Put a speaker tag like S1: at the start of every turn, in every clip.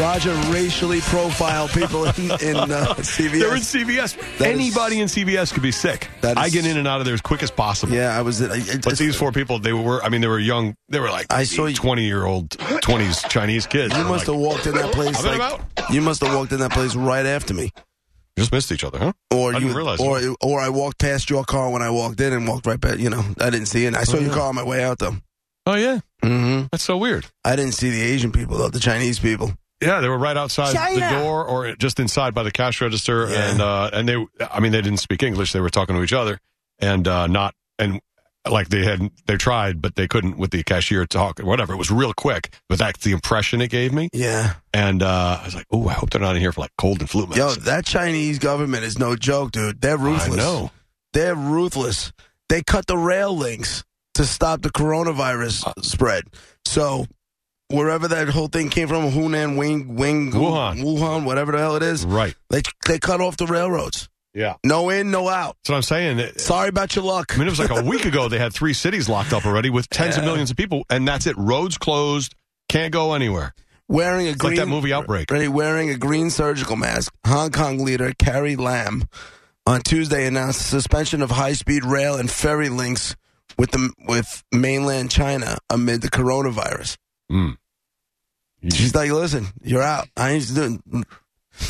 S1: Raja racially profile people in, in uh, CVS?
S2: They're in CVS.
S1: That is-
S2: Anybody in CVS could be sick.
S1: That
S2: I
S1: is-
S2: get in and out of there as quick as possible.
S1: yeah, I was. uh, I, I,
S2: But these four people, they were, I mean, they were young. They were like
S1: I saw you-
S2: 20 year old, 20s Chinese kids.
S1: you
S2: I'm
S1: must have
S2: like,
S1: walked in that place.
S2: I've been
S1: like-
S2: about.
S1: you must have walked in that place right after me,
S2: just missed each other, huh?
S1: or
S2: I
S1: you,
S2: didn't realize
S1: or or I walked past your car when I walked in and walked right back. You know, I didn't see it. I saw your car on my way out though.
S2: Oh, yeah.
S1: hmm
S2: That's so weird.
S1: I didn't see the Asian people though, the Chinese people.
S2: Yeah, they were right outside the door or just inside by the cash register,
S1: Yeah.
S2: and uh, and they, I mean, they didn't speak English. They were talking to each other, and uh, not and like they had they tried, but they couldn't with the cashier talk or whatever. It was real quick, but that's the impression it gave me.
S1: Yeah,
S2: And uh, I was like, oh, I hope they're not in here for like cold and flu
S1: yo,
S2: medicine.
S1: that Chinese government is no joke, dude. They're
S2: I
S1: ruthless.
S2: know.
S1: They're ruthless. They cut the rail links to stop the coronavirus
S2: Uh,
S1: spread. So wherever that whole thing came from, Hunan, Wing, Wing,
S2: Wuhan.
S1: Wuhan, whatever the hell it is,
S2: Right.
S1: they they cut off the railroads.
S2: Yeah.
S1: No in, no out.
S2: That's what I'm saying. It-
S1: Sorry about your luck.
S2: I mean, it was like a week ago they had three cities locked up already with tens of millions of people, and that's it. Roads closed. Can't go anywhere.
S1: Wearing a
S2: It's
S1: green
S2: like that movie Outbreak.
S1: Ready, wearing a green surgical mask, Hong Kong leader Carrie Lam on Tuesday announced suspension of high-speed rail and ferry links with the with mainland China amid the coronavirus.
S2: Mm.
S1: She's like, "Listen, you're out. I ain't doing."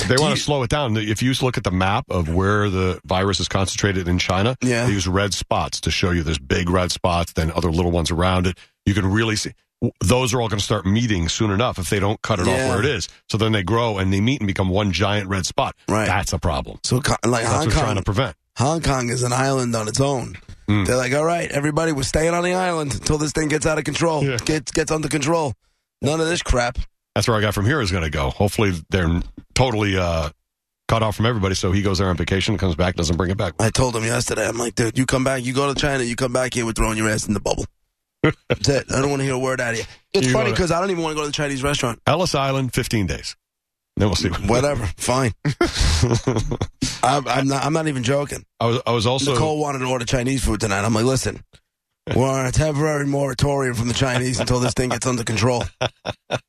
S2: They
S1: Do
S2: want
S1: you-
S2: to slow it down. If you look at the map of where the virus is concentrated in China,
S1: Yeah.
S2: they use red spots to show you there's big red spots, then other little ones around it. You can really see those are all going to start meeting soon enough if they don't cut it
S1: Yeah.
S2: off where it is. So then they grow and they meet and become one giant red spot.
S1: Right.
S2: That's a problem.
S1: So, co- like
S2: That's
S1: Hong
S2: what we're trying to
S1: Kong,
S2: prevent.
S1: Hong Kong is an island on its own.
S2: Mm.
S1: They're like, "All right, everybody, we're staying on the island until this thing gets out of control.
S2: Yeah.
S1: Gets gets under control. None of this crap."
S2: That's where our guy from here is going to go. Hopefully they're totally uh, cut off from everybody. So he goes there on vacation, comes back, doesn't bring it back.
S1: I told him yesterday, I'm like, dude, you come back, you go to China, you come back here, we're throwing your ass in the bubble. That's it. I don't want to hear a word out of you. It's
S2: You
S1: funny
S2: wanna-
S1: because I don't even want to go to the Chinese restaurant.
S2: Ellis Island, 15 days. Then we'll see.
S1: Whatever, fine. I'm, I'm not. I'm not even joking.
S2: I was, I was also.
S1: Nicole wanted to order Chinese food tonight. I'm like, listen, we're on a temporary moratorium from the Chinese until this thing gets under control.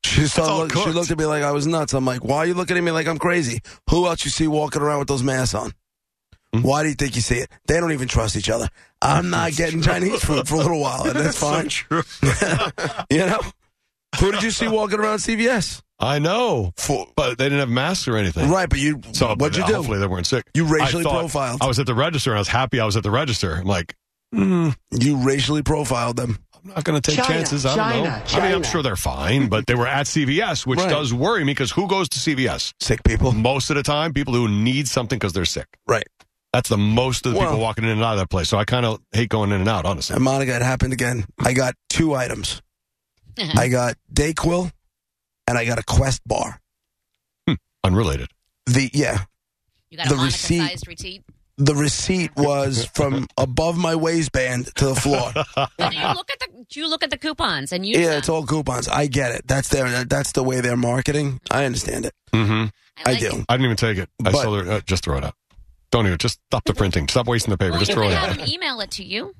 S1: She started.
S2: all
S1: Look, she
S2: cooked.
S1: looked at me like I was nuts. I'm like, why are you looking at me like I'm crazy? Who else you see walking around with those masks on?
S2: Hmm?
S1: Why do you think you see it? They don't even trust each other. I'm not getting Chinese food for a little while, and that's fine. you know, who did you see walking around CVS?
S2: I know,
S1: For,
S2: but they didn't have masks or anything.
S1: right, but you.
S2: So
S1: what'd you
S2: but
S1: do?
S2: Hopefully they weren't sick.
S1: You
S2: I
S1: racially
S2: thought-
S1: profiled.
S2: I was at the register. and I was happy. I was at the register. I'm like, mm,
S1: You racially profiled them.
S2: I'm not going to take
S3: China,
S2: chances. I don't know.
S3: China,
S2: I mean, I'm
S3: China.
S2: sure they're fine, but they were at CVS, which
S1: Right.
S2: does worry me because who goes to CVS
S1: Sick people.
S2: most of the time? People who need something because they're sick.
S1: Right.
S2: That's the most of the
S1: Well-
S2: people walking in and out of that place. So I kind of hate going in and out, honestly.
S1: And Monica, it happened again. I got two items. I got Dayquil, and I got a Quest bar.
S2: Unrelated.
S1: The yeah,
S4: You got
S1: The
S4: a Monica-sized receipt.
S1: the receipt was from above my waistband to the floor.
S4: But do you look at the do you look at the coupons and uh, use
S1: yeah,
S4: them?
S1: it's all coupons. I get it. That's their that's the way they're marketing. I understand it.
S2: Mm-hmm.
S1: I
S4: like-
S1: do.
S2: I didn't even take it. I
S1: But-
S2: still uh, just throw it out. Don't even. Just stop the printing. Stop wasting the paper.
S4: Well,
S2: just
S4: you
S2: throw
S4: can
S2: it
S4: have
S2: out.
S4: them email it to you.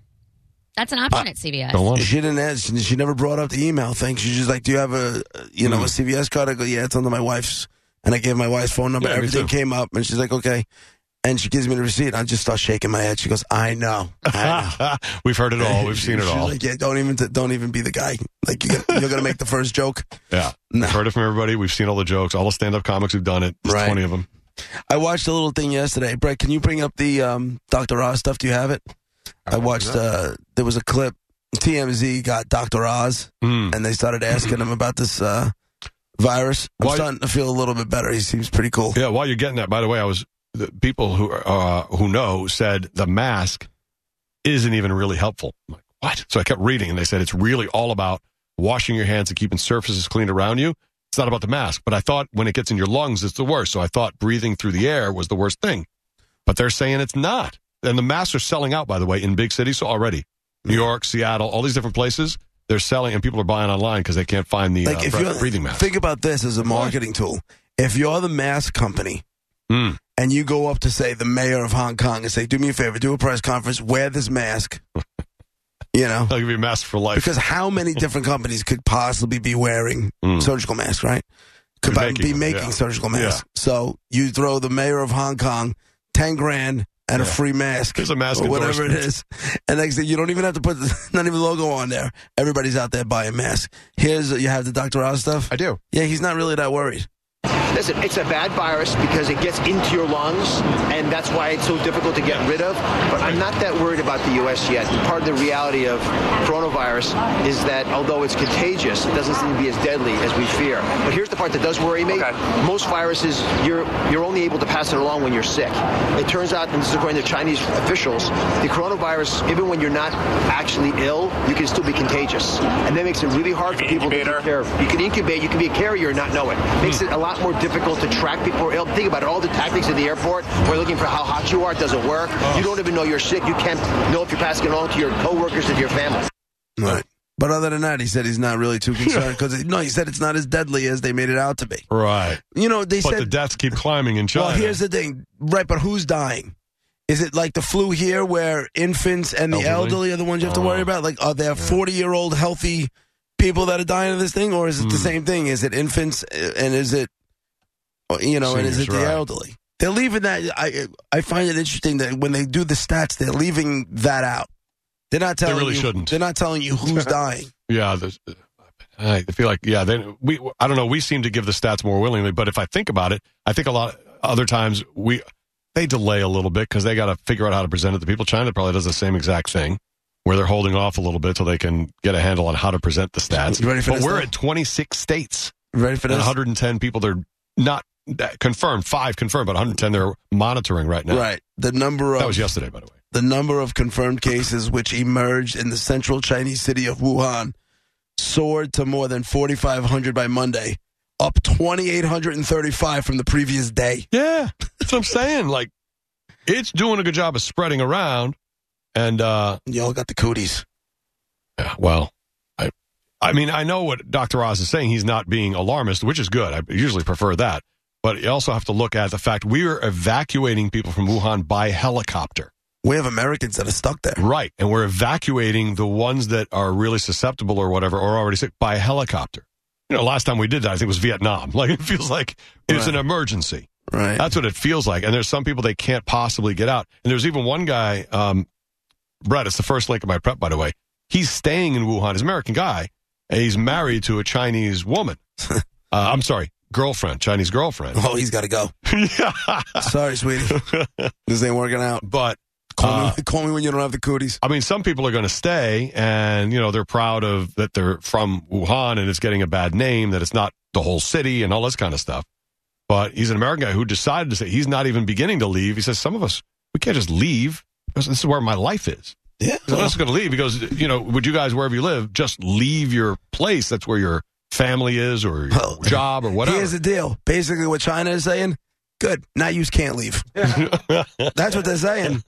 S4: That's an option at CVS.
S2: Don't want it.
S1: She didn't ask. She never brought up the email thing. She's just like, "Do you have a you
S2: Mm.
S1: know a CVS card?" I go, "Yeah, it's under my wife's." And I gave my wife's phone number.
S2: Yeah, me
S1: Everything
S2: too.
S1: came up, and she's like, "Okay." And she gives me the receipt. I just start shaking my head. She goes, "I know." I know.
S2: We've heard it all. We've
S1: She-
S2: seen it
S1: she's
S2: all.
S1: Like, yeah, don't even don't even be the guy. Like you got- you're gonna make the first joke.
S2: Yeah.
S1: No.
S2: We've heard it from everybody. We've seen all the jokes. All the stand up comics who've done it. There's
S1: Right.
S2: 20 of them.
S1: I watched a little thing yesterday. Brett, can you bring up the um, Dr. Oz stuff? Do you have it? I, watched. Uh, there was a clip. TMZ got Dr. Oz,
S2: Mm.
S1: and they started asking him about this uh, virus. I'm
S2: Why-
S1: starting to feel a little bit better. He seems pretty cool.
S2: Yeah. While you're getting that, by the way, I was the people who are, uh, who know said the mask isn't even really helpful. I'm like, what? So I kept reading, and they said it's really all about washing your hands and keeping surfaces clean around you. It's not about the mask, but I thought when it gets in your lungs, it's the worst. So I thought breathing through the air was the worst thing, but they're saying it's not. And the masks are selling out, by the way, in big cities already. New York, Seattle, all these different places. They're selling, and people are buying online because they can't find the
S1: Like
S2: uh,
S1: if
S2: breath-
S1: you're
S2: breathing mask.
S1: think about this as a marketing tool. If you're the mask company
S2: Mm.
S1: and you go up to say the mayor of Hong Kong and say, "Do me a favor, do a press conference, wear this mask," you know,
S2: They'll give you a mask for life.
S1: Because how many different companies could possibly be wearing
S2: Mm.
S1: surgical masks, right? could
S2: Be
S1: buy-
S2: making
S1: be
S2: them,
S1: making
S2: yeah.
S1: surgical masks. So you throw the mayor of Hong Kong ten grand and a
S2: Yeah.
S1: free mask.
S2: There's a mask
S1: or whatever it is. And next thing, you don't even have to put not even logo on there. Everybody's out there buying masks. Here's you have the Dr. Oz stuff.
S2: I do.
S1: Yeah, he's not really that worried.
S3: Listen, it's a bad virus because it gets into your lungs, and that's why it's so difficult to get rid of. But I'm not that worried about the U.S. yet. Part of the reality of coronavirus is that although it's contagious, it doesn't seem to be as deadly as we fear. But here's the part that does worry me: most viruses, you're you're only able to pass it along when you're sick. It turns out, and this is according to Chinese officials, the coronavirus, even when you're not actually ill, you can still be contagious, and that makes it really hard for people to take care of. You can incubate, you can be a carrier and not know it. Makes it a lot more difficult to track people who are ill. Think about it. All the tactics at the airport, we're looking for how hot you are, it doesn't work. You don't even know you're sick. You can't know if you're passing it on to your coworkers and your family.
S1: Right. But other than that, he said he's not really too concerned because no, he said it's not as deadly as they made it out to be.
S2: Right.
S1: You know, they
S2: But the
S1: said.
S2: deaths keep climbing in China.
S1: well, here's the thing, right? But who's dying? Is it like the flu here, where infants and the
S2: Elderly?
S1: elderly are the ones you have to worry
S2: Oh.
S1: about? Like, are there forty-year-old healthy people that are dying of this thing, or is it
S2: Hmm.
S1: the same thing? Is it infants uh, and is it, uh, you know, and is it
S2: Seniors,
S1: the
S2: right.
S1: elderly? They're leaving that. I I find it interesting that when they do the stats, they're leaving that out. They're not telling
S2: really
S1: you.
S2: shouldn't.
S1: They're not telling you who's dying.
S2: Yeah, there's- I feel like yeah. Then we, I don't know. We seem to give the stats more willingly, but if I think about it, I think a lot other times we they delay a little bit because they got to figure out how to present it to people. China probably does the same exact thing, where they're holding off a little bit till they can get a handle on how to present the stats.
S1: You ready for
S2: but
S1: this,
S2: we're
S1: though?
S2: at 26 states
S1: Ready for
S2: and
S1: this?
S2: 110 people. They're not that confirmed. Five confirmed, but 110 they're monitoring right now.
S1: Right. The number of
S2: That was yesterday, by the way.
S1: the number of confirmed cases which emerged in the central Chinese city of Wuhan soared to more than 4,500 by Monday, up 2,835 from the previous day.
S2: Yeah, that's what I'm saying. Like, it's doing a good job of spreading around, and uh,
S1: Y'all got the cooties.
S2: yeah, well, I, I mean, I know what Dr. Oz is saying. He's not being alarmist, which is good. I usually prefer that, but you also have to look at the fact we are evacuating people from Wuhan by helicopter,
S1: We have Americans that are stuck there.
S2: right? And we're evacuating the ones that are really susceptible or whatever, or already sick by helicopter. You know, last time we did that, I think it was Vietnam. Like, it feels like it's an emergency.
S1: Right.
S2: That's what it feels like. And there's some people they can't possibly get out. And there's even one guy, um, Brett, it's the first link of my prep, by the way. He's staying in Wuhan. He's an American guy. And he's married to a Chinese woman. Uh, I'm sorry, girlfriend, Chinese girlfriend.
S1: Oh, he's got to go.
S2: yeah.
S1: Sorry, sweetie. this ain't working out.
S2: But,
S1: Call,
S2: uh,
S1: me, call me when you don't have the cooties.
S2: I mean, some people are going to stay and, you know, they're proud of that they're from Wuhan and it's getting a bad name, that it's not the whole city and all this kind of stuff. But he's an American guy who decided to say he's not even beginning to leave. He says, some of us, we can't just leave. This is where my life is.
S1: Yeah.
S2: So I'm just going to leave. He goes, you know, would you guys, wherever you live, just leave your place? That's where your family is or your
S1: Well,
S2: job or whatever.
S1: Here's the deal. Basically, what China is saying, good. Now you can't leave. That's what they're saying.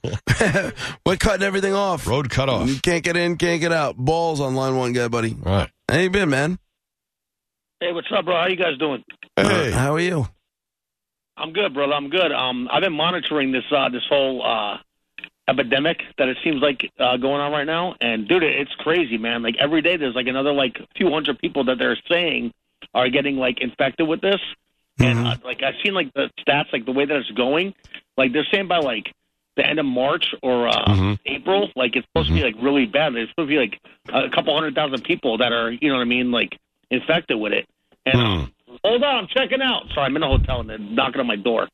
S1: We're cutting everything off.
S2: Road cut off.
S1: You can't get in, can't get out. Balls on line one guy, buddy.
S2: All right.
S1: How you been, man?
S5: Hey, what's up, bro? How you guys doing?
S1: Uh,
S2: Hey.
S1: how are you?
S5: I'm good, brother. I'm good. Um, I've been monitoring this uh, this whole uh, epidemic that it seems like uh, going on right now, and dude, it- it's crazy, man. Like every day, there's like another like few hundred people that they're saying are getting like infected with this,
S1: Mm-hmm.
S5: and uh, like I've seen like the stats, like the way that it's going, like they're saying by like the end of March or uh,
S2: Mhm.
S5: April, like it's supposed to be like really bad. There's supposed to be like a couple hundred thousand people that are, you know what I mean, like infected with it. And
S2: Hmm.
S5: uh, hold on, I'm checking out. Sorry, I'm in a hotel and they're knocking on my door.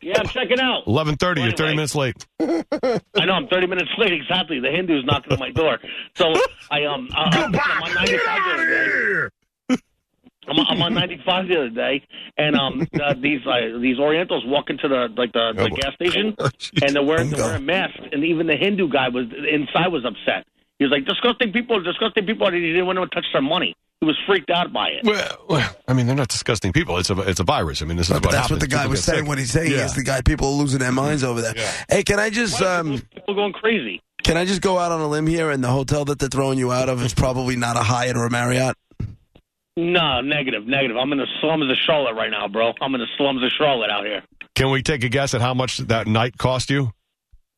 S5: yeah, I'm checking out.
S2: 11.30, you're 30
S5: Anyway.
S2: minutes late.
S5: I know I'm 30 minutes late. Exactly, the Hindu's knocking on my door. So I um, I, I'm on 95 the other day. I'm, I'm on 95 the other day, and um, uh, these uh, these Orientals walk into the like the, the gas station, and they're wearing they're wearing masks, and even the Hindu guy was inside was upset. He was like, "Disgusting people, disgusting people," and he didn't want to touch their money. He was freaked out by it.
S2: Well, well, I mean, they're not disgusting people. It's a it's a virus. I mean, this is
S1: But
S2: what
S1: that's
S2: happens.
S1: what the guy
S2: People
S1: was
S2: get
S1: saying.
S2: sick.
S1: What he's saying
S2: Yeah.
S1: is the guy people are losing their minds over there. Hey, can I just um,
S5: People going crazy.
S1: can I just go out on a limb here? And the hotel that they're throwing you out of is probably not a Hyatt or a Marriott.
S5: No, negative, negative. I'm in the slums of Charlotte right now, bro. I'm in the slums of Charlotte out here.
S2: Can we take a guess at how much that night cost you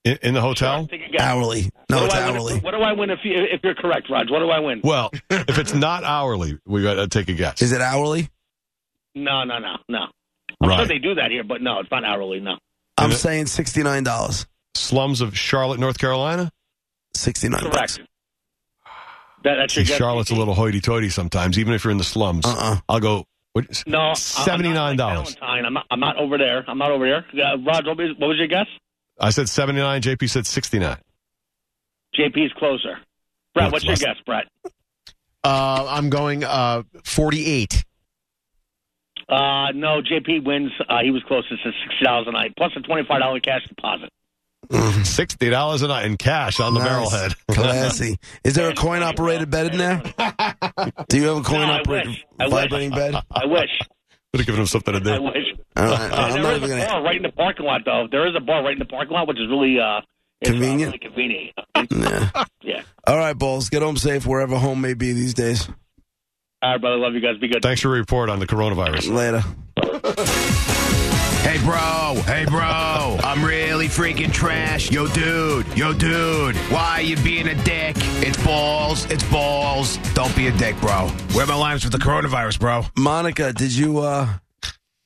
S2: in, in the hotel?
S5: Take a guess.
S1: Hourly, no,
S5: What
S1: it's
S5: do I win
S1: hourly.
S5: if- What do I win if, you, if you're correct, Raj? What do I win?
S2: Well, if it's not hourly, we got to take a guess.
S1: Is it hourly?
S5: No, no, no, no. I'm sure
S2: Right.
S5: they do that here, but no, it's not hourly. No,
S1: I'm
S2: Yeah.
S1: saying sixty nine dollars.
S2: Slums of Charlotte, North Carolina.
S1: Sixty nine bucks.
S5: correct. That, that's your
S2: See, Charlotte's a little hoity-toity sometimes, even if you're in the slums.
S1: Uh-uh.
S2: I'll go. What, is-
S5: No,
S2: $79.
S5: I'm not, like Valentine. I'm, not, I'm not over there. I'm not over there. Uh, Rod, what was, what was your guess?
S2: I said seventy-nine. JP said sixty-nine.
S5: JP's closer. Brett,
S2: No,
S5: what's
S2: it's
S5: your
S2: less.
S5: guess, Brett?
S6: Uh, I'm going uh, 48.
S5: Uh, no, JP wins. Uh, he was closest to sixty dollars a night, plus a twenty-five dollar cash deposit.
S2: Sixty dollars a night in cash on the
S1: Nice.
S2: barrelhead.
S1: Classy. Is there a coin operated bed in there? Do you have a coin
S5: I
S1: operated
S5: wish. I wish.
S1: vibrating bed? All
S5: I wish.
S2: Would have given him something to do.
S5: I wish.
S1: right.
S5: Uh,
S1: I'm
S5: there
S1: not
S5: is
S1: even
S5: a
S1: gonna.
S5: bar right in the parking lot, though. There is a bar right in the parking lot, which is really uh, it's, uh,
S1: Convenient.
S5: really convenient.
S1: Yeah.
S5: Yeah.
S1: All right, balls. Get home safe wherever home may be these days.
S5: All right, brother. Love you guys. Be good.
S2: Thanks for your report on the coronavirus.
S1: Later.
S7: Hey, bro. Hey, bro. I'm really freaking trash. Yo, dude. Yo, dude. Why you being a dick? It's balls. It's balls. Don't be a dick, bro. Where my lines with the coronavirus, bro?
S1: Monica, did you uh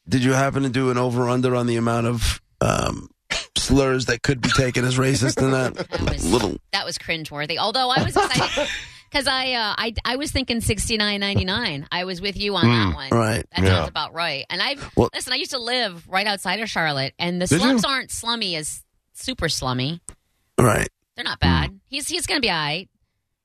S1: did you happen to do an over under on the amount of um slurs that could be taken as racist in that?
S4: That was
S1: Little
S4: that was cringeworthy. Although I was excited because I, uh, I I was thinking sixty nine ninety nine. I was with you on that one.
S1: right.
S4: That
S2: Yeah.
S4: sounds about right. And I
S1: Well-
S4: have listen. I used to live right outside of Charlotte, and the
S2: Did
S4: slums
S2: you?
S4: aren't slummy as super slummy.
S1: right.
S4: They're not bad. He's he's gonna be all right.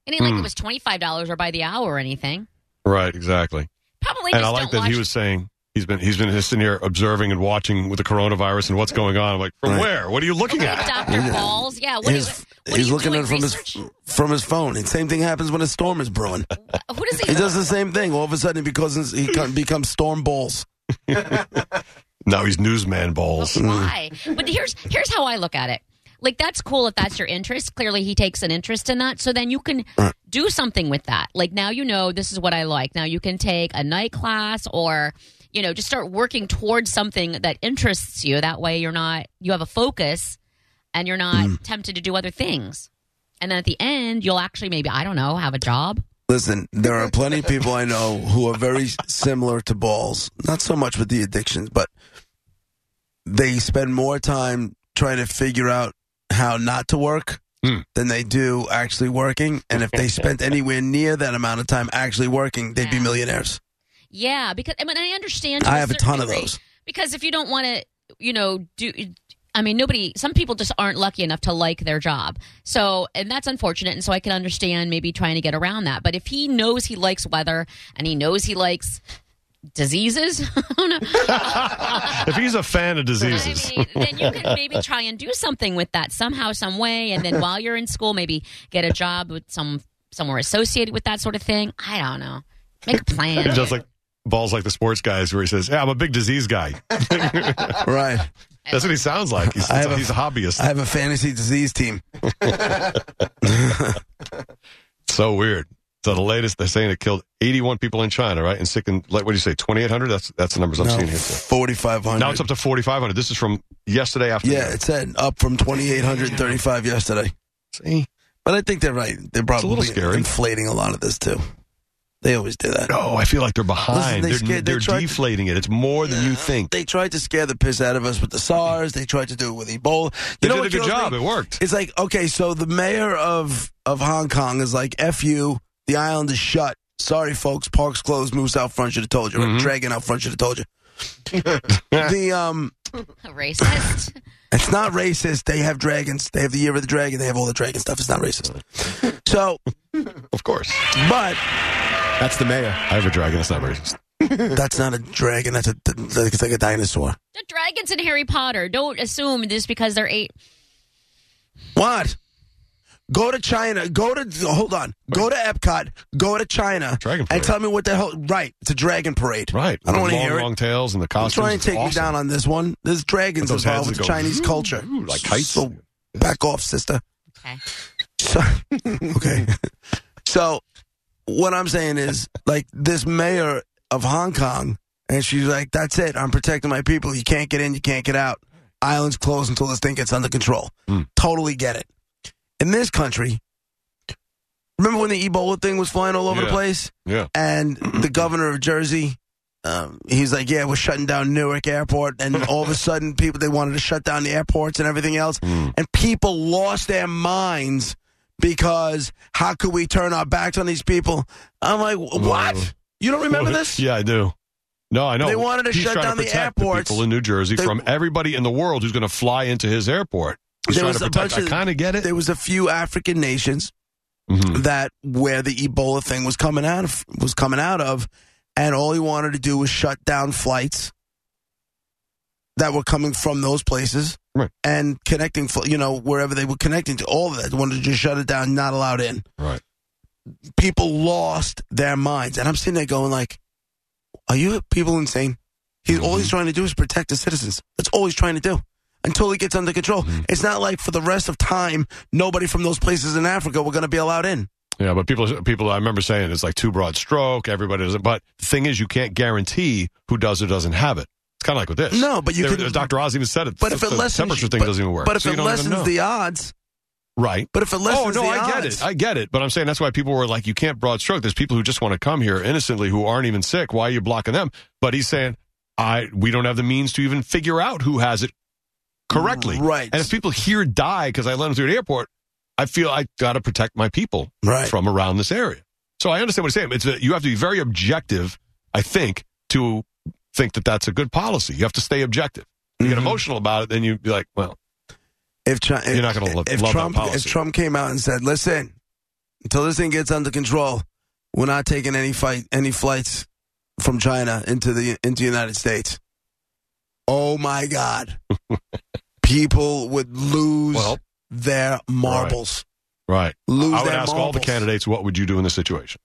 S4: It ain't like it was twenty five dollars or by the hour or anything.
S2: Right, exactly.
S4: Probably.
S2: And
S4: just
S2: I like
S4: don't
S2: that
S4: watch.
S2: he was saying he's been he's been sitting here observing and watching with the coronavirus and what's going on. I'm like, from
S1: Right.
S2: where? What are you looking
S4: Okay,
S2: at?
S4: Dr. Balls. Yeah. What,
S1: His-
S4: are, you- what are
S1: he's
S4: you
S1: looking
S4: doing?
S1: at it from
S4: Research?
S1: his from his phone. And same thing happens when a storm is brewing.
S4: Who does he?
S1: He does the same thing. All of a sudden, he becomes he co- becomes storm balls.
S2: Now he's newsman balls.
S4: But
S1: Mm.
S4: why? But here's here's how I look at it. Like that's cool if that's your interest. Clearly, he takes an interest in that. So then you can do something with that. Like now you know this is what I like. Now you can take a night class or you know just start working towards something that interests you. That way you're not you have a focus and you're not
S1: Mm.
S4: tempted to do other things. And then at the end, you'll actually maybe I don't know have a job.
S1: Listen, there are plenty of people I know who are very similar to balls. Not so much with the addictions, but they spend more time trying to figure out how not to work
S2: Hmm.
S1: than they do actually working. And if they spent anywhere near that amount of time actually working, they'd be
S4: Yeah.
S1: millionaires.
S4: Yeah, because I mean I understand. to
S1: I have a
S4: certain
S1: ton of
S4: degree,
S1: those.
S4: because if you don't want to, you know, do. I mean, nobody. Some people just aren't lucky enough to like their job. So, and that's unfortunate. And so, I can understand maybe trying to get around that. But if he knows he likes weather and he knows he likes diseases, I don't know.
S2: if he's a fan of
S4: I
S2: diseases,
S4: mean, then you can maybe try and do something with that somehow, some way. And then while you're in school, maybe get a job with some somewhere associated with that sort of thing. I don't know. Make a plan.
S2: just like balls like the sports guys where he says, "Yeah, I'm a big disease guy."
S1: Right.
S2: That's what he sounds like. He's,
S1: I have a-
S2: he's a, hobbyist.
S1: I have a fantasy disease team.
S2: so weird. So the latest they're saying it killed 81 people in China, right? And sick and like what do you say, 2,800? That's that's the numbers I'm
S1: No,
S2: seeing here. too.
S1: 4,500.
S2: Now it's up to 4,500. This is from yesterday afternoon.
S1: yeah, it said up from 2,835 yesterday.
S2: See?
S1: But I think they're right. They're probably
S2: little scary.
S1: inflating a lot of this too. They always do that.
S2: No, Oh, I feel like they're behind.
S1: they
S2: they're
S1: scared- they
S2: they're
S1: tried to-
S2: deflating it. It's more than you think.
S1: They tried to scare the piss out of us with the SARS. They tried to do it with Ebola. You
S2: They
S1: know
S2: did
S1: what
S2: a good
S1: kills
S2: job.
S1: me?
S2: It worked.
S1: It's like okay, so the mayor of of Hong Kong is like, "F you, the island is shut. Sorry, folks, parks closed. Moose out front should have told you.
S2: Mm-hmm.
S1: Or Dragon out front should have told you." the um,
S4: Racist.
S1: it's not racist. They have dragons. They have the year of the dragon. They have all the dragon stuff. It's not racist. So,
S2: Of course.
S1: but
S6: That's the mayor.
S2: I have a dragon. That's not racist.
S1: that's not a dragon. That's a it's like a dinosaur.
S4: The dragons in Harry Potter. Don't assume just because they're eight.
S1: What? Go to China. Go to hold on. Go to Epcot. Go to China.
S2: Dragon
S1: and
S2: parade.
S1: tell me what the hell. Right, it's a dragon parade.
S2: Right.
S1: I don't want to
S2: long,
S1: hear
S2: long
S1: it.
S2: tails and the
S1: I'm
S2: costumes.
S1: trying to
S2: It's
S1: take you
S2: awesome.
S1: down on this one. There's dragons
S2: Those
S1: involved
S2: heads
S1: with
S2: that go,
S1: Chinese
S2: "Ooh,
S1: culture.
S2: ooh," like kites.
S1: So back off, sister.
S4: Okay.
S1: So, okay. So what I'm saying is, like this mayor of Hong Kong, and she's like, "That's it. I'm protecting my people. You can't get in. You can't get out. Islands closed until this thing gets under control."
S2: Hmm.
S1: Totally get it. In this country, remember when the Ebola thing was flying all over the
S2: Yeah.
S1: place,
S2: Yeah.
S1: and the governor of Jersey um, he's like, yeah, we're shutting down Newark Airport, and all of a sudden, people they wanted to shut down the airports and everything else, and people lost their minds because how could we turn our backs on these people? I'm like, what? You don't remember this?
S2: Yeah, I do. No, I know.
S1: They wanted to
S2: He's
S1: shut
S2: trying
S1: down the
S2: protect
S1: airports.
S2: people in New Jersey
S1: They-
S2: from everybody in the world who's going to fly into his airport. He's
S1: There
S2: trying
S1: was
S2: to
S1: a
S2: protect.
S1: bunch of-
S2: I kind of get it.
S1: There was a few African nations
S2: Mhm.
S1: that where the Ebola thing was coming out of, was coming out of, and all he wanted to do was shut down flights that were coming from those places
S2: Right.
S1: and connecting, fl- you know, wherever they were connecting to all of that. They wanted to just shut it down, not allowed in.
S2: Right.
S1: People lost their minds, and I'm sitting there going like, "Are you people insane?" He all
S2: Mm-hmm.
S1: he's trying to do is protect his citizens. That's all he's trying to do. Until he gets under control,
S2: Mm-hmm.
S1: it's not like for the rest of time nobody from those places in Africa were going to be allowed in.
S2: Yeah, but people, people, I remember saying it's like too broad stroke. Everybody does it. But the thing is, you can't guarantee who does or doesn't have it. It's kind of like with this.
S1: No, but you
S2: There-
S1: can-
S2: Dr. Oz even said it.
S1: But
S2: the,
S1: if it
S2: the
S1: lessens,
S2: temperature thing
S1: but-
S2: doesn't even work.
S1: But if
S2: so you
S1: it
S2: don't even
S1: lessens
S2: know.
S1: the odds,
S2: right.
S1: but if it
S2: Oh
S1: lessens
S2: no,
S1: the
S2: I
S1: odds,
S2: get it. I get it. But I'm saying that's why people were like, you can't broad stroke. There's people who just want to come here innocently who aren't even sick. Why are you blocking them? But he's saying, I we don't have the means to even figure out who has it correctly.
S1: Right.
S2: And if people here die because I let them through the airport, I feel I got to protect my people
S1: Right.
S2: from around this area. So I understand what he's saying. It's a, you have to be very objective, I think, to think that that's a good policy. You have to stay objective. You get
S1: Mhm.
S2: emotional about it, then you be like, well,
S1: If, Chi- if
S2: You're not gonna lo-
S1: if
S2: love that
S1: Trump if
S2: policy.
S1: Trump came out and said, "Listen, until this thing gets under control, we're not taking any fight any flights from China into the into the United States." Oh my God, people would lose
S2: Well,
S1: their marbles.
S2: right.
S1: Lose
S2: I would
S1: their
S2: ask
S1: marbles.
S2: all the candidates, what would you do in this situation?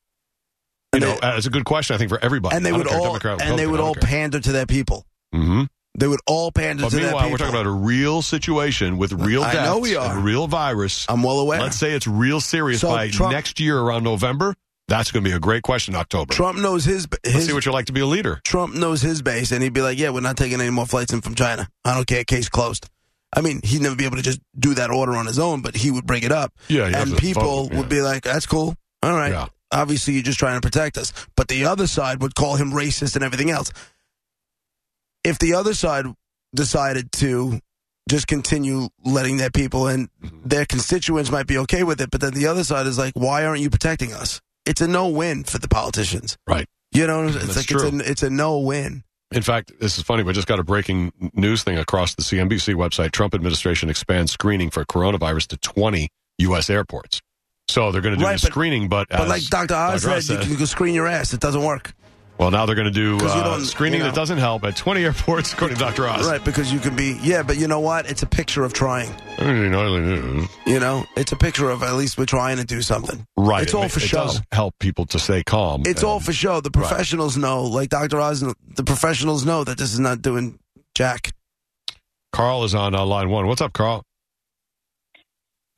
S2: You
S1: And
S2: know,
S1: they-
S2: uh, it's a good question, I think, for everybody.
S1: and they
S2: I don't
S1: would
S2: care,
S1: all
S2: Democrat,
S1: and they would all pander to their people.
S2: hmm
S1: They would all pander
S2: But
S1: to their
S2: meanwhile,
S1: people.
S2: we're talking about a real situation with real
S1: I
S2: deaths
S1: know we are.
S2: and a real virus.
S1: I'm well aware.
S2: Let's say it's real serious
S1: So
S2: by
S1: Trump-
S2: next year around November. That's going to be a great question in October.
S1: Trump knows his
S2: Let's
S1: his
S2: see what you're like to be a leader.
S1: Trump knows his base, and he'd be like, "Yeah, we're not taking any more flights in from China. I don't care. Case closed." I mean, he'd never be able to just do that order on his own, but he would bring it up,
S2: Yeah, you have
S1: and
S2: to
S1: people
S2: vote, yeah.
S1: would be like, "That's cool. All right.
S2: Yeah.
S1: Obviously, you're just trying to protect us." But the other side would call him racist and everything else. If the other side decided to just continue letting their people in,
S2: Mm-hmm.
S1: their constituents might be okay with it, but then the other side is like, "Why aren't you protecting us?" It's a no-win for the politicians.
S2: Right.
S1: You know, it's
S2: That's
S1: like
S2: true.
S1: it's a it's a no win.
S2: In fact, this is funny. We just got a breaking news thing across the CNBC website. Trump administration expands screening for coronavirus to 20 U.S. airports. So they're going to do
S1: Right,
S2: the
S1: but-
S2: screening, but,
S1: But
S2: as
S1: like Dr. Oz
S2: Dr.
S1: said, you can go screen your ass. It doesn't work.
S2: well, now they're going to do
S1: 'Cause you
S2: uh,
S1: don't-
S2: screening
S1: you know.
S2: that doesn't help at 20 airports, according to Dr. Oz.
S1: Right, because you can be, yeah, but you know what? It's a picture of trying. You know, it's a picture of at least we're trying to do something.
S2: Right.
S1: It's
S2: It
S1: all
S2: ma-
S1: for
S2: it
S1: show.
S2: does help people to stay calm.
S1: It's
S2: and-
S1: all for show. The professionals know, like Dr. Oz, kn- the professionals know that this is not doing jack.
S2: Carl is on uh, line one. What's up, Carl?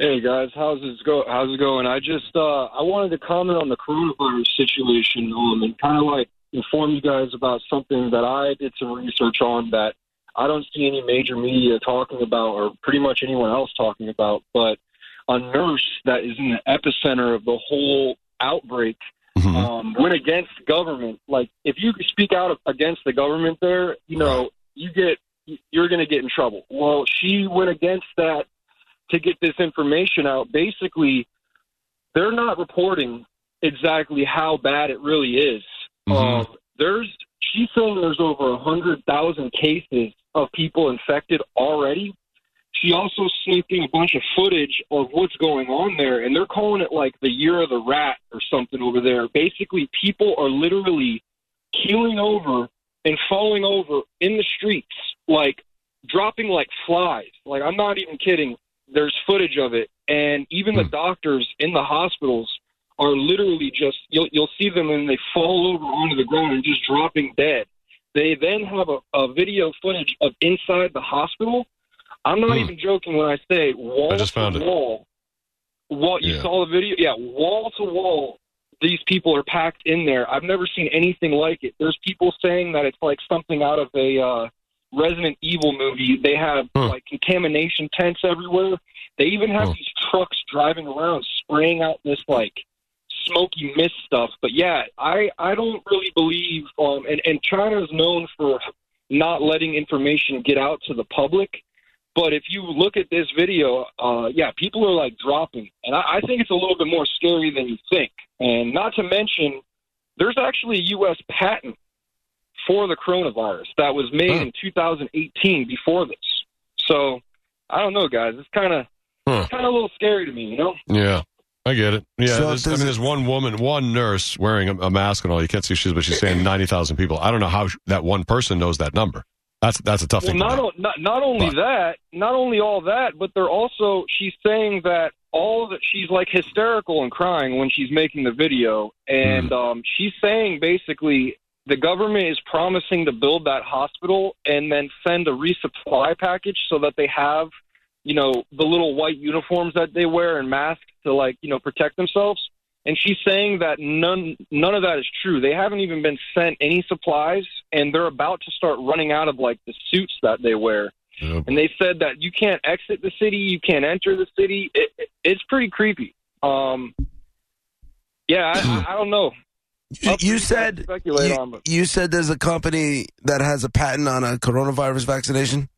S8: Hey guys, how's it go? How's it going? I just uh, I wanted to comment on the coronavirus situation um, and kind of like inform you guys about something that I did some research on that I don't see any major media talking about or pretty much anyone else talking about. But a nurse that is in the epicenter of the whole outbreak
S1: Mm-hmm.
S2: Mhm.
S8: um, went against government. Like if you speak out against the government, there, you know, you get you're going to get in trouble. Well, she went against that to get this information out. Basically, they're not reporting exactly how bad it really is.
S2: Mhm.
S8: Um, there's she's saying there's over a hundred thousand cases of people infected already. She also sent in a bunch of footage of what's going on there, and they're calling it like the year of the rat or something over there. Basically, people are literally keeling over and falling over in the streets, like dropping like flies. Like, I'm not even kidding. There's footage of it. And even the
S2: Hmm.
S8: doctors in the hospitals are literally just, you'll, you'll see them and they fall over onto the ground and just dropping dead. They then have a, a video footage of inside the hospital. I'm not
S2: Hmm.
S8: even joking when I say wall
S2: I just found
S8: to
S2: it.
S8: wall. Wall, you
S2: Yeah.
S8: saw the video? Yeah, wall to wall, these people are packed in there. I've never seen anything like it. There's people saying that it's like something out of a uh, Resident Evil movie. They have
S2: Huh.
S8: like contamination tents everywhere. They even have
S2: Huh.
S8: these trucks driving around spraying out this like smoky mist stuff. But yeah, I I don't really believe. Um, and and China is known for not letting information get out to the public. But if you look at this video, uh, yeah, people are like dropping, and I, I think it's a little bit more scary than you think. And not to mention, there's actually a U.S. patent for the coronavirus that was made in 2018 before this. So I don't know, guys. It's kind of
S2: Huh.
S8: kind of a little scary to me, you know.
S2: Yeah, I get it. Yeah,
S1: So if
S2: there's, I
S1: there's
S2: mean,
S1: a-
S2: there's one woman, one nurse wearing a, a mask and all. You can't see she's, but she's saying ninety thousand people. I don't know how sh- that one person knows that number. That's that's a tough
S8: Well,
S2: thing. to
S8: not,
S2: know.
S8: o- not not only
S2: But-
S8: that, not only all that, but they're also she's saying that all that she's like hysterical and crying when she's making the video, and
S2: Hmm.
S8: um, she's saying basically the government is promising to build that hospital and then send a resupply package so that they have, you know, the little white uniforms that they wear and masks to like you know protect themselves. And she's saying that none none of that is true. They haven't even been sent any supplies, and they're about to start running out of like the suits that they wear.
S2: Yeah.
S8: And they said that you can't exit the city, you can't enter the city. It, it, it's pretty creepy. Um, yeah, I, I- I don't know.
S1: You,
S8: Up to
S1: you
S8: you guys to
S1: said
S8: speculate on,
S1: you,
S8: but-
S1: you said there's a company that has a patent on a coronavirus vaccination.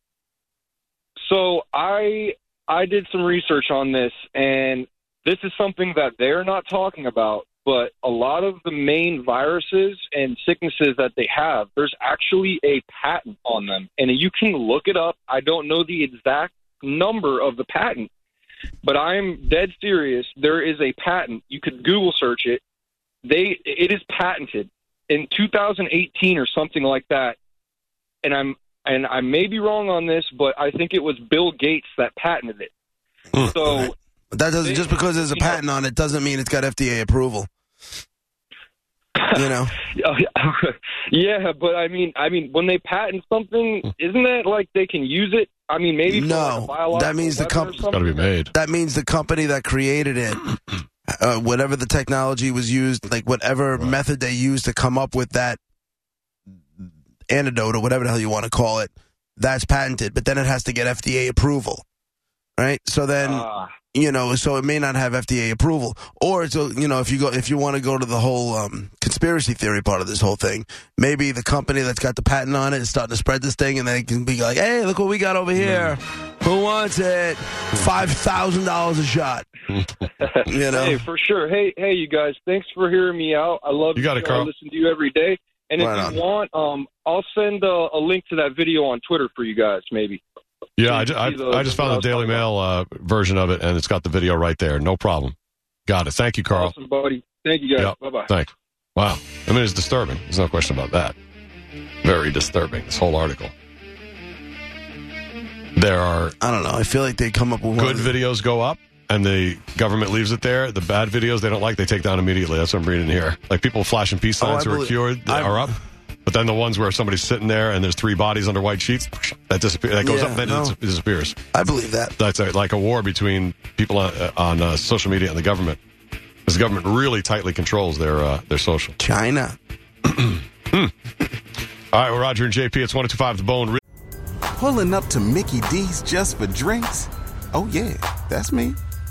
S8: So I I did some research on this, and this is something that they're not talking about. But a lot of the main viruses and sicknesses that they have, there's actually a patent on them, and you can look it up. I don't know the exact number of the patent, but I'm dead serious. There is a patent. You could Google search it. They it is patented in 2018 or something like that, and I'm and I may be wrong on this, but I think it was Bill Gates that patented it.
S2: Hmm.
S8: So
S1: Alright. But that doesn't just because there's a patent on it doesn't mean it's got FDA approval. You know,
S8: yeah, but I mean, I mean, when they patent something, isn't that like they can use it? I mean, maybe for, like, a
S1: No,
S8: biological
S1: that means the
S8: weapon or
S1: comp-
S8: something.
S2: Got to be made.
S1: that means the company that created it, uh, whatever the technology was used, like whatever method they used to come up with that antidote or whatever the hell you want to call it, that's patented. But then it has to get FDA approval, right? So then.
S8: Ah,
S1: you know, so it may not have FDA approval. Or so you know, if you go if you want to go to the whole um, conspiracy theory part of this whole thing, maybe the company that's got the patent on it is starting to spread this thing, and they can be like, "Hey, look what we got over here. Who wants it? Five thousand dollars a shot." you know,
S8: Hey, for sure. Hey, hey, you guys, thanks for hearing me out. I love
S2: You got it,
S8: show. I
S2: Carl.
S8: listen to you every day. And if
S1: Right on.
S8: you want, um, I'll send a, a link to that video on Twitter for you guys, maybe.
S2: Yeah, I,
S8: See-
S2: ju- I,
S8: see those-
S2: I just found the
S8: those-
S2: Daily Mail uh, version of it, and it's got the video right there. No problem. Got it. Thank you, Carl.
S8: Awesome, buddy. Thank you, guys.
S2: Yep.
S8: Bye bye.
S2: Thanks. Wow. I mean, it's disturbing. There's no question about that. Very disturbing. This whole article. There are
S1: I don't know. I feel like they come up with one
S2: good
S1: of the-
S2: videos go up and the government leaves it there. The bad videos they don't like, they take down immediately. That's what I'm reading here. Like people flashing peace
S1: Oh, I
S2: signs who are
S1: believe-
S2: cured they
S1: I-
S2: are up. But then the ones where somebody's sitting there and there's three bodies under white sheets, that disappears. That goes
S1: Yeah,
S2: up and then
S1: no.
S2: it dis- disappears.
S1: I believe that.
S2: That's a, like a war between people on, uh, on uh, social media and the government. Because the government really tightly controls their uh, their social.
S1: China.
S2: All right, well, Roger and JP, it's 1025 The Bone.
S9: Pulling up to Mickey D's just for drinks? Oh, yeah, that's me.